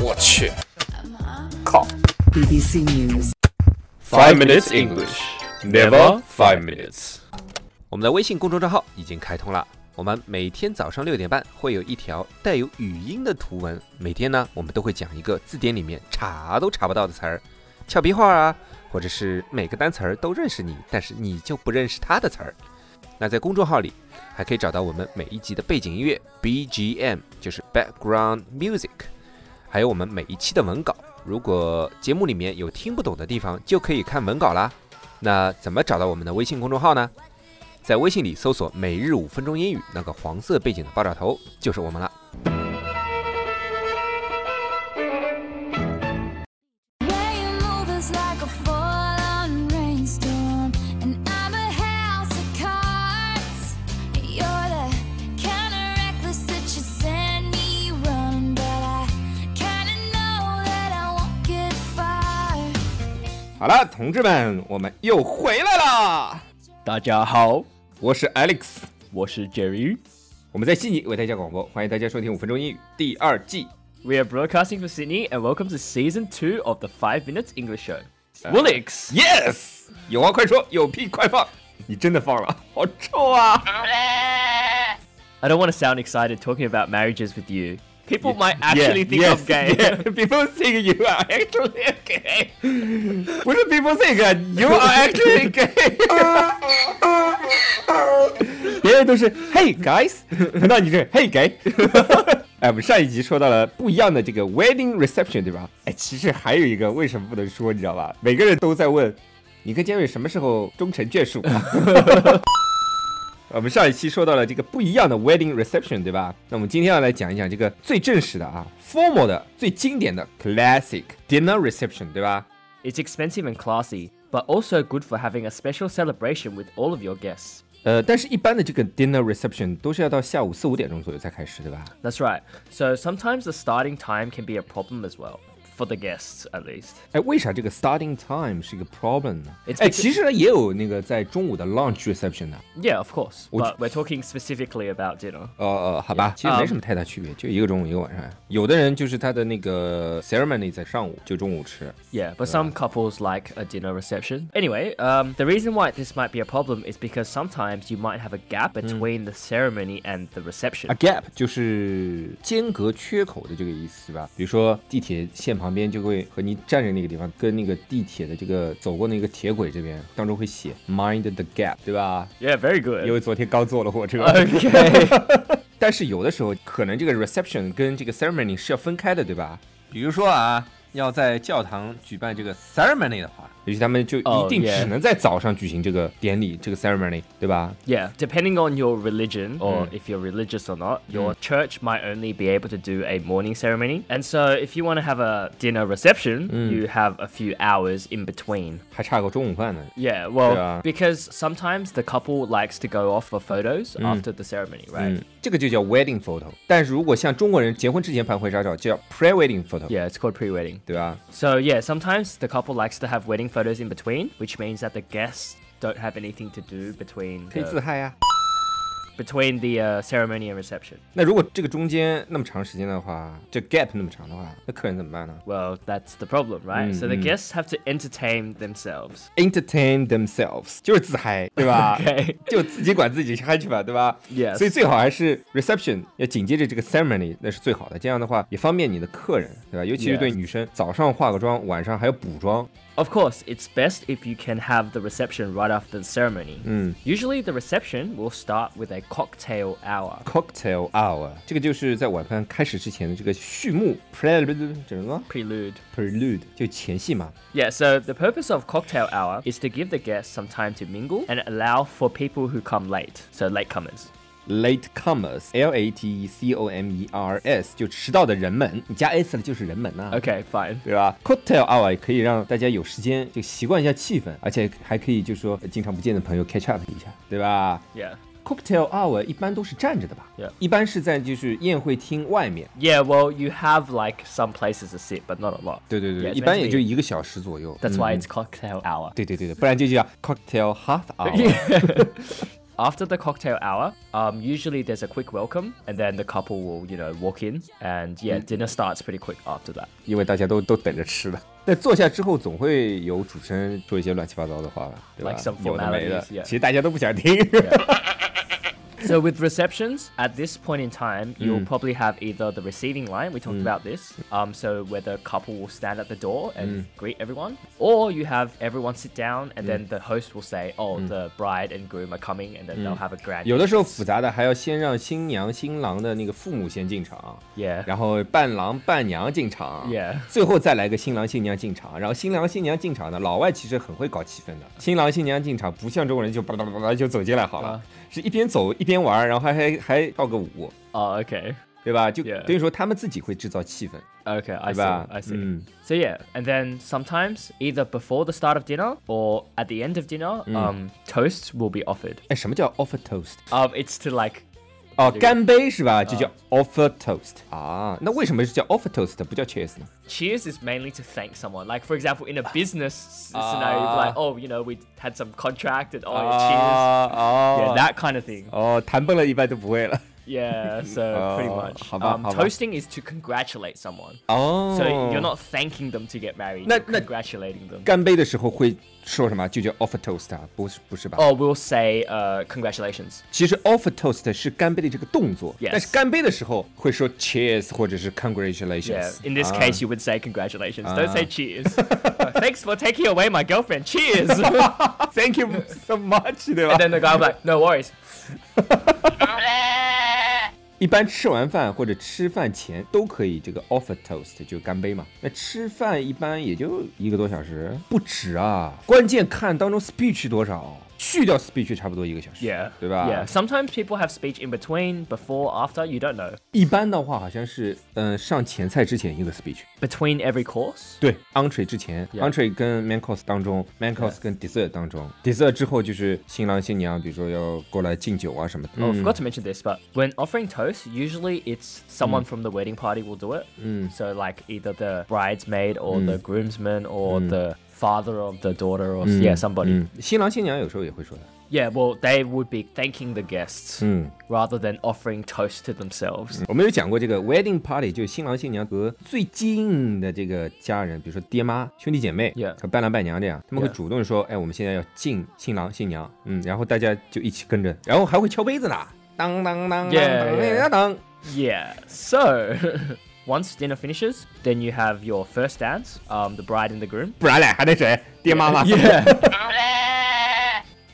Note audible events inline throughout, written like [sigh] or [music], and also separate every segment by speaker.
Speaker 1: 我去，靠
Speaker 2: BBC News.
Speaker 3: Five minutes English, never five minutes。
Speaker 4: 我们的微信公众账号已经开通了，我们每天早上六点半会有一条带有语音的图文，每天呢我们都会讲一个字典里面查都查不到的词儿，俏皮话啊，或者是每个单词儿都认识你，但是你就不认识它的词儿。那在公众号里还可以找到我们每一集的背景音乐 BGM，就是 background music，还有我们每一期的文稿。如果节目里面有听不懂的地方，就可以看文稿啦。那怎么找到我们的微信公众号呢？在微信里搜索“每日五分钟英语”，那个黄色背景的爆炸头就是我们了。好了，同志们，我们又回来啦！
Speaker 3: 大家好，
Speaker 4: 我是 Alex，
Speaker 3: 我是 Jerry。
Speaker 4: 我们在悉尼为大家广播，欢迎大家收听《五分钟英语》第二季。
Speaker 3: We are broadcasting from Sydney and welcome to season two of the Five Minutes English Show.
Speaker 4: Uh,
Speaker 3: Woolix,
Speaker 4: Yes，有话快说，有屁快放。你真的放了，好臭啊！
Speaker 3: I don't want to sound excited talking about marriages with you. People might actually think
Speaker 4: yes,
Speaker 3: I'm gay.
Speaker 4: yeah. [laughs]
Speaker 3: [laughs]
Speaker 4: People think you are actually gay. 不是 people think you are actually gay 。别人都是 Hey guys，难道你是 Hey gay？哎，我们上一集说到了不一样的这个 wedding reception，对吧？哎，其实还有一个为什么不能说，你知道吧？每个人都在问，你跟杰瑞什么时候终成眷属、 [laughs] 啊？我们上一期说到了这个不一样的 wedding reception，对吧？那我们今天要来讲一讲这个最正式的啊，formal 的、最经典的 classic dinner reception，对吧？
Speaker 3: It's expensive and classy, but also good for having a special celebration with all of your guests.
Speaker 4: 呃，但是一般的这个 dinner reception 都是要到下午四五点钟左右才开始，对吧？
Speaker 3: That's right. So sometimes the starting time can be a problem as well. For the guests, at least.
Speaker 4: 哎，为啥这个 starting time 是一个 problem 呢
Speaker 3: It's？
Speaker 4: 哎，
Speaker 3: because-
Speaker 4: 其实呢也有那个在中午的 lunch reception 的。
Speaker 3: Yeah, of course.
Speaker 4: Would-
Speaker 3: But we're talking specifically about dinner.
Speaker 4: 哦哦，好吧，其实没什么太大区别，就一个中午一个晚上呀。有的人就是他的那个 ceremony 在上午，就中午吃。
Speaker 3: Yeah, but some couples like a dinner reception. Anyway, um, the reason why this might be a problem is because sometimes you might have a gap between the ceremony and the reception.
Speaker 4: A gap 就是间隔、缺口的这个意思对吧？比如说地铁线旁边就会和你站着那个地方，跟那个地铁的这个走过那个铁轨这边当中会写 mind the gap，对吧？
Speaker 3: Yeah, very good.
Speaker 4: 因为昨天刚坐了火车。
Speaker 3: [laughs] Okay.
Speaker 4: 但是有的时候可能这个 reception 跟这个 ceremony 是要分开的，对吧？比如说啊，要在教堂举办这个 ceremony 的话，也许他们就一
Speaker 3: Oh,
Speaker 4: 定
Speaker 3: yeah.
Speaker 4: 只能在早上举行这个典礼，这个 ceremony，对吧？
Speaker 3: yeah, depending on your religion or if you're religious or not, your church might only be able to do a morning ceremony. And so if you want to have a dinner reception, you have a few hours in between.
Speaker 4: 还差个中午饭呢。
Speaker 3: Yeah, well,
Speaker 4: Yeah.
Speaker 3: because sometimes the couple likes to go off for photos after the ceremony, right?
Speaker 4: 嗯，这个就叫 wedding photo。但是如果像中国人结婚之前拍婚纱照，就叫 pre wedding photo，、
Speaker 3: Yeah, it's called pre-wedding.
Speaker 4: 对吧？
Speaker 3: So yeah, sometimes the couple likes to have wedding photos in between, which means that the guests don't have anything to do between
Speaker 4: 可以自 [laughs]
Speaker 3: the,
Speaker 4: 嗨啊呀、
Speaker 3: between the uh, ceremony and reception.
Speaker 4: 那如果这个中间那么长时间的话，这 gap 那么长的话，那客人怎么办呢
Speaker 3: Well, that's the problem, right? So the guests have to entertain themselves. [laughs]
Speaker 4: ？Entertain themselves 就是自嗨，对吧
Speaker 3: Okay.
Speaker 4: 就自己管自己嗨去吧，对吧
Speaker 3: Yes.
Speaker 4: 所以最好还是 reception 要紧接着这个 ceremony，那是最好的。这样的话也方便你的客人，对吧？尤其是
Speaker 3: Yes.
Speaker 4: 对女生，早上化个妆，晚上还要补妆，
Speaker 3: Of course, it's best if you can have the reception right after the ceremony. Usually, the reception will start with a cocktail hour.
Speaker 4: cocktail hour，这个就是在晚饭开始之前的这个序幕 prelude 怎么说
Speaker 3: Prelude.
Speaker 4: prelude 就前戏嘛。
Speaker 3: Yeah, so the purpose of cocktail hour is to give the guests some time to mingle and allow for people who come late, so latecomers.
Speaker 4: Late comers, L A T E C O M E R S，就迟到的人们，你加 s 了就是人们呐、
Speaker 3: Okay, fine.
Speaker 4: 对吧？Cocktail hour 也可以让大家有时间就习惯一下气氛，而且还可以就说呃经常不见的朋友 catch up 一下，对吧
Speaker 3: Yeah.
Speaker 4: ？Cocktail hour 一般都是站着的吧
Speaker 3: Yeah
Speaker 4: 一般是在就是宴会厅外面。
Speaker 3: Yeah, well, you have like some places to sit, but not a lot.
Speaker 4: 对对对
Speaker 3: Yeah,
Speaker 4: 一般
Speaker 3: it's meant to
Speaker 4: 也就
Speaker 3: be-
Speaker 4: 一个小时左右。
Speaker 3: That's
Speaker 4: 嗯
Speaker 3: why it's cocktail hour.
Speaker 4: 对对对对，不然就叫 cocktail half hour。
Speaker 3: After the cocktail hour, um, usually there's a quick welcome, and then the couple will, you know, walk in, and yeah, dinner starts pretty quick after that.
Speaker 4: 因为大家都都等着吃了。那坐下之后，总会有主持人说一些乱七八糟的话吧，对吧
Speaker 3: Like some
Speaker 4: 有的没的
Speaker 3: formalities, yeah.
Speaker 4: 其实大家都不想听。
Speaker 3: So with receptions, at this point in time, you'll probably have either the receiving line. We talked about this. Um, so where the couple will stand at the door and greet everyone, or you have everyone sit down, and then the host will say, "Oh, the bride and groom are coming," and then they'll have a grand.
Speaker 4: [laughs] 有的时候复杂的还要先让新娘新郎的那个父母先进场
Speaker 3: Yeah.
Speaker 4: [laughs] 然后伴郎伴娘进场
Speaker 3: Yeah.
Speaker 4: 最后再来个新郎新娘进场，然后新郎新娘进场呢，老外其实很会搞气氛的，新郎新娘进场不像中国人就叭叭叭叭就走进来好了
Speaker 3: 啊
Speaker 4: 是一边走一边玩，然后还还还跳个舞，
Speaker 3: Oh, okay.
Speaker 4: 对吧？就
Speaker 3: Yeah.
Speaker 4: 等于说他们自己会制造气氛，
Speaker 3: Okay, I
Speaker 4: 对
Speaker 3: see.
Speaker 4: 吧
Speaker 3: I see.
Speaker 4: 嗯
Speaker 3: So yeah, and then sometimes either before the start of dinner or at the end of dinner,
Speaker 4: Mm.
Speaker 3: um, toasts will be offered.
Speaker 4: 哎，什么叫 offer toast？
Speaker 3: Um, it's to like
Speaker 4: 哦，干杯是吧？就
Speaker 3: 啊
Speaker 4: 叫 offer toast 啊？那为什么是叫 offer toast 不叫 cheers 呢？
Speaker 3: cheers is mainly to thank someone. Like for example, in a business s-
Speaker 4: Ah. Ah.
Speaker 3: scenario, you'd be like oh, you know, we had some contract and oh, cheers.
Speaker 4: 啊哦
Speaker 3: Yeah, that kind of thing.
Speaker 4: 哦，谈崩了一般都不会了。 [laughs]
Speaker 3: Yeah, so pretty
Speaker 4: Oh,
Speaker 3: much.
Speaker 4: how about-
Speaker 3: Um,
Speaker 4: how about-
Speaker 3: toasting is to congratulate someone.
Speaker 4: 哦
Speaker 3: So you're not thanking them to get married,
Speaker 4: No,
Speaker 3: you're
Speaker 4: no.
Speaker 3: congratulating them.
Speaker 4: 干杯的时候会说什么？就叫 offer toast 啊？不是不是吧？
Speaker 3: Oh, we'll say uh, congratulations.
Speaker 4: 其实 offer toast 是干杯的这个动作
Speaker 3: Yes
Speaker 4: 但是干杯的时候会说 cheers 或者是 congratulations。
Speaker 3: Yeah, in this
Speaker 4: 啊
Speaker 3: case, you would say congratulations. Don't say cheers. Uh, Thanks for taking away my girlfriend. Cheers.
Speaker 4: [laughs] thank you so much，对吧
Speaker 3: and then the guy was like, no worries.
Speaker 4: 一般吃完饭或者吃饭前都可以这个 offer toast 就干杯嘛。那吃饭一般也就一个多小时，不止啊。关键看当中 speech 多少，去掉 speech 差不多一个小时
Speaker 3: Yeah.
Speaker 4: 对吧
Speaker 3: Yeah. Sometimes people have speech in between, before, after. You don't know.
Speaker 4: 一般的话好像是嗯、呃上前菜之前一个 speech。
Speaker 3: Between every course.
Speaker 4: 对，entree 之前
Speaker 3: Yeah
Speaker 4: entree 跟 main course 当中，main course 跟 dessert 当中，dessert 之后就是新郎新娘，比如说要过来敬酒啊什么的。
Speaker 3: Oh, I forgot to mention this, but when offering toast, usually it's someone from the wedding party will do it. So like either the bridesmaid or the groomsman or the father of the daughter or
Speaker 4: Mm.
Speaker 3: yeah somebody.
Speaker 4: 嗯，新郎新娘有时候也会说的。
Speaker 3: Yeah, well they would be thanking the guests
Speaker 4: 嗯，
Speaker 3: rather than offering toast to themselves.
Speaker 4: 我们有讲过这个 wedding party，就是新郎新娘和最近的这个家人，比如说爹妈、兄弟姐妹
Speaker 3: Yeah
Speaker 4: 和伴郎伴娘这样，他们会
Speaker 3: Yeah
Speaker 4: 主动说，哎，我们现在要敬新郎新娘，嗯，然后大家就一起跟着，然后还会敲杯子呢，当当当当
Speaker 3: Yeah,
Speaker 4: 当
Speaker 3: yeah
Speaker 4: 当当。
Speaker 3: Yeah. So [laughs] once dinner finishes, then you have your first dance, um, the bride and the groom.
Speaker 4: 不然嘞，还得谁？爹妈吗？
Speaker 3: Yeah.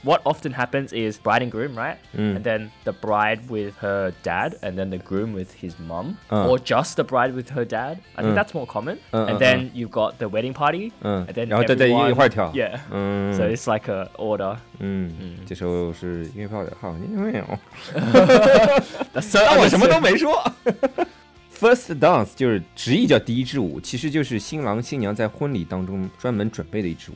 Speaker 3: what often happens is bride and groom, right?
Speaker 4: Mm.
Speaker 3: And then the bride with her dad, and then the groom with his mum,
Speaker 4: Uh.
Speaker 3: or just the bride with her dad. I think that's more common.
Speaker 4: Uh, uh,
Speaker 3: and then you've got the wedding party,
Speaker 4: Uh.
Speaker 3: and then
Speaker 4: 然后大家一-
Speaker 3: everyone,
Speaker 4: 一块儿跳。
Speaker 3: Yeah.
Speaker 4: 嗯
Speaker 3: So it's like a order.
Speaker 4: 嗯，这时候是约炮的，好，没有，
Speaker 3: That's so
Speaker 4: 哎但我什么
Speaker 3: understood.
Speaker 4: 都没说。First dance 就是直译叫第一支舞，其实就是新郎新娘在婚礼当中专门准备的一支舞。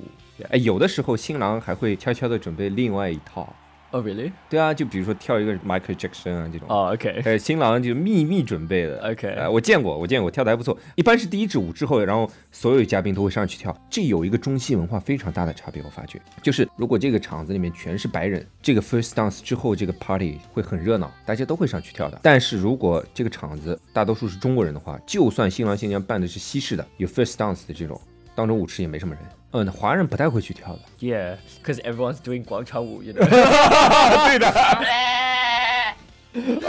Speaker 4: 哎，有的时候新郎还会悄悄的准备另外一套。
Speaker 3: Oh really?
Speaker 4: 对啊，就比如说跳一个 Michael Jackson 啊这种。
Speaker 3: Oh okay.
Speaker 4: 呃，新郎就秘密准备的。
Speaker 3: OK
Speaker 4: 呃我见过，我见过，跳的还不错。一般是第一支舞之后，然后所有嘉宾都会上去跳。这有一个中西文化非常大的差别，我发觉，就是如果这个场子里面全是白人，这个 first dance 之后这个 party 会很热闹，大家都会上去跳的。但是如果这个场子大多数是中国人的话，就算新郎新娘办的是西式的，有 first dance 的这种，当中舞池也没什么人。嗯，华人不太会去跳的。
Speaker 3: Yeah, because everyone's doing guangchang
Speaker 4: [laughs]
Speaker 3: wu, you know.
Speaker 4: 对的。ah.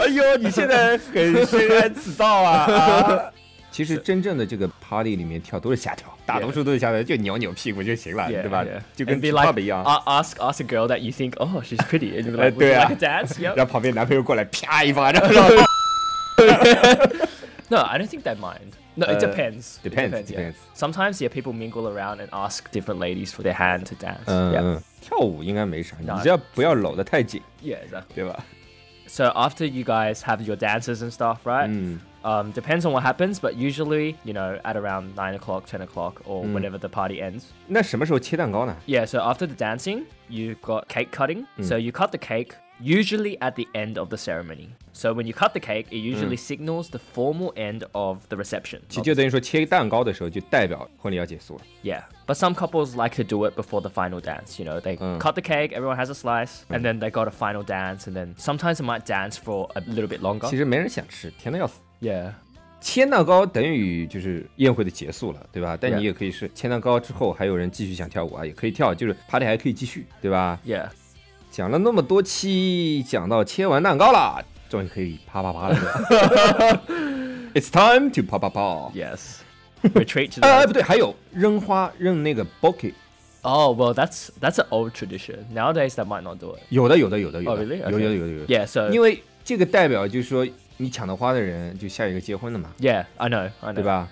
Speaker 4: [laughs] 哎呦，你现在很深谙此道啊！啊其实真正的这个 party 里面跳都是瞎跳，大多数都是瞎跳，就扭扭屁股就行了，
Speaker 3: Yeah,
Speaker 4: 对吧
Speaker 3: yeah.？
Speaker 4: 就跟
Speaker 3: And be
Speaker 4: 比
Speaker 3: like, 啊
Speaker 4: 爸爸一样，
Speaker 3: a- ask ask a girl that you think, oh, she's pretty, and you're
Speaker 4: Uh, [laughs]
Speaker 3: like, would you
Speaker 4: 对啊。
Speaker 3: like a dance? Yep.
Speaker 4: 让旁边男朋友过来啪一
Speaker 3: [laughs]
Speaker 4: 巴掌，然后
Speaker 3: No, I don't think they mind. No, it
Speaker 4: Uh,
Speaker 3: depends. It
Speaker 4: depends,
Speaker 3: yeah.
Speaker 4: depends.
Speaker 3: Sometimes, yeah, people mingle around and ask different ladies for their hand to dance.
Speaker 4: 嗯 [laughs]
Speaker 3: yeah.
Speaker 4: 嗯，跳舞应该没啥，你
Speaker 3: 那
Speaker 4: 只要不要搂得太紧，
Speaker 3: yeah, exactly.
Speaker 4: 对吧？
Speaker 3: So after you guys have your dances and stuff, right? Um, depends on what happens, but usually, you know, at around nine o'clock, ten o'clock, or whenever the party ends.
Speaker 4: 那什么时候切蛋糕呢？
Speaker 3: Yeah. So after the dancing, you've got cake cutting. So you cut the cake. usually at the end of the ceremony. So when you cut the cake, it usually signals the formal end of the reception.
Speaker 4: 其实就等于说切蛋糕的时候，就代表婚礼要结束了。
Speaker 3: Yeah, but some couples like to do it before the final dance. You know, they
Speaker 4: Mm.
Speaker 3: cut the cake, everyone has a slice, and then they got a final dance, and then sometimes they might dance for a little bit longer.
Speaker 4: 其实没人想吃，甜的要死。
Speaker 3: Yeah,
Speaker 4: 切蛋糕等于就是宴会的结束了，对吧？但
Speaker 3: Yeah
Speaker 4: 你也可以是切蛋糕之后，还有人继续想跳舞啊，也可以跳，就是 party 还可以继续，对吧？
Speaker 3: yeah.
Speaker 4: 讲了那么多期，讲到切完蛋糕了，终于可以啪啪啪了。It's
Speaker 3: [laughs]
Speaker 4: time to 啪啪啪。
Speaker 3: Yes. Retreat
Speaker 4: [laughs]
Speaker 3: to
Speaker 4: 呃，
Speaker 3: the.
Speaker 4: 不对，还有扔花扔那个 bouquet，
Speaker 3: oh well, that's that's an old tradition. Nowadays, they might not do it.
Speaker 4: 有的有的有的有
Speaker 3: Oh,
Speaker 4: 的
Speaker 3: really?
Speaker 4: 有的
Speaker 3: Okay.
Speaker 4: 有的有的，
Speaker 3: Yeah. So
Speaker 4: 因为这个代表就是说你抢到花的人就下一个结婚的嘛，
Speaker 3: yeah, I know. I
Speaker 4: 对
Speaker 3: know.
Speaker 4: 吧？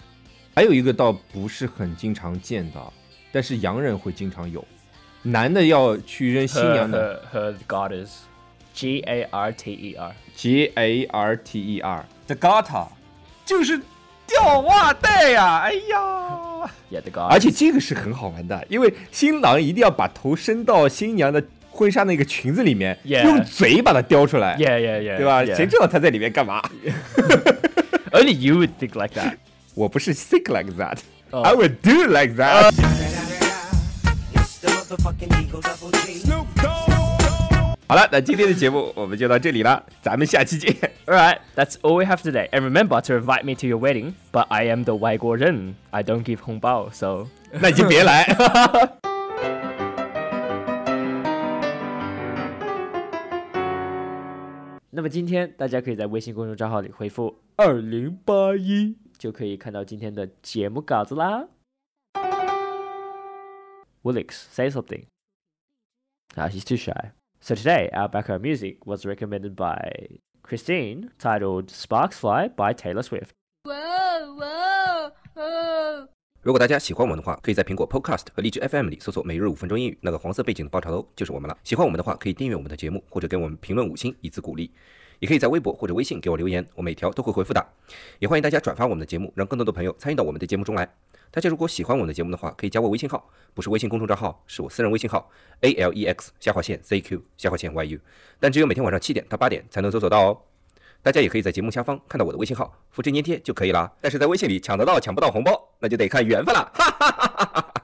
Speaker 4: 还有一个倒不是很经常见到，但是洋人会经常有，男的要去扔新
Speaker 3: Her,
Speaker 4: 娘
Speaker 3: [laughs]
Speaker 4: 的
Speaker 3: her, her garters. G A R T E R.
Speaker 4: G A R T E R 的 garter，就是吊袜带呀、哎呀。
Speaker 3: Yeah, the garters.
Speaker 4: 而且这个是很好玩的，因为新郎一定要把头伸到新娘的婚纱那个裙子里面
Speaker 3: Yeah
Speaker 4: 用嘴把它叼出来
Speaker 3: Yeah, yeah, yeah.
Speaker 4: 对吧
Speaker 3: yeah.
Speaker 4: 谁知道他在里面干嘛
Speaker 3: Only you would think like that.
Speaker 4: 我不是 think like that，I、
Speaker 3: 哦
Speaker 4: would do like that、好了，那今天的节目我们就到这里了，咱们下期见。
Speaker 3: All right, that's all we have today. And remember to invite me to your wedding. But I am the Wai Guo Ren. I don't give Hong Bao, [laughs] so
Speaker 4: 那你就别来。
Speaker 3: 那么今天大家可以在微信公众账号里回复二零八一，就可以看到今天的节目稿子啦。Willix, say something. Ah, she's too shy. So today, our background music was recommended by Christine, titled "Sparks Fly" by Taylor Swift.
Speaker 1: Whoa, whoa, whoa.
Speaker 5: 如果大家喜欢我们的话，可以在苹果 Podcast 和荔枝 FM 里搜索“每日五分钟英语”，那个黄色背景的爆炒头就是我们了。喜欢我们的话，可以订阅我们的节目，或者给我们评论五星以资鼓励。也可以在微博或者微信给我留言，我每条都会回复的。也欢迎大家转发我们的节目，让更多的朋友参与到我们的节目中来。大家如果喜欢我们的节目的话，可以加我微信号，不是微信公众账号，是我私人微信号 a l e x 下划线 z q 下划线 y u，但只有每天晚上七点到八点才能搜索到哦。大家也可以在节目下方看到我的微信号，复制粘贴就可以啦。但是在微信里抢得到抢不到红包，那就得看缘分啦。哈哈哈哈哈哈。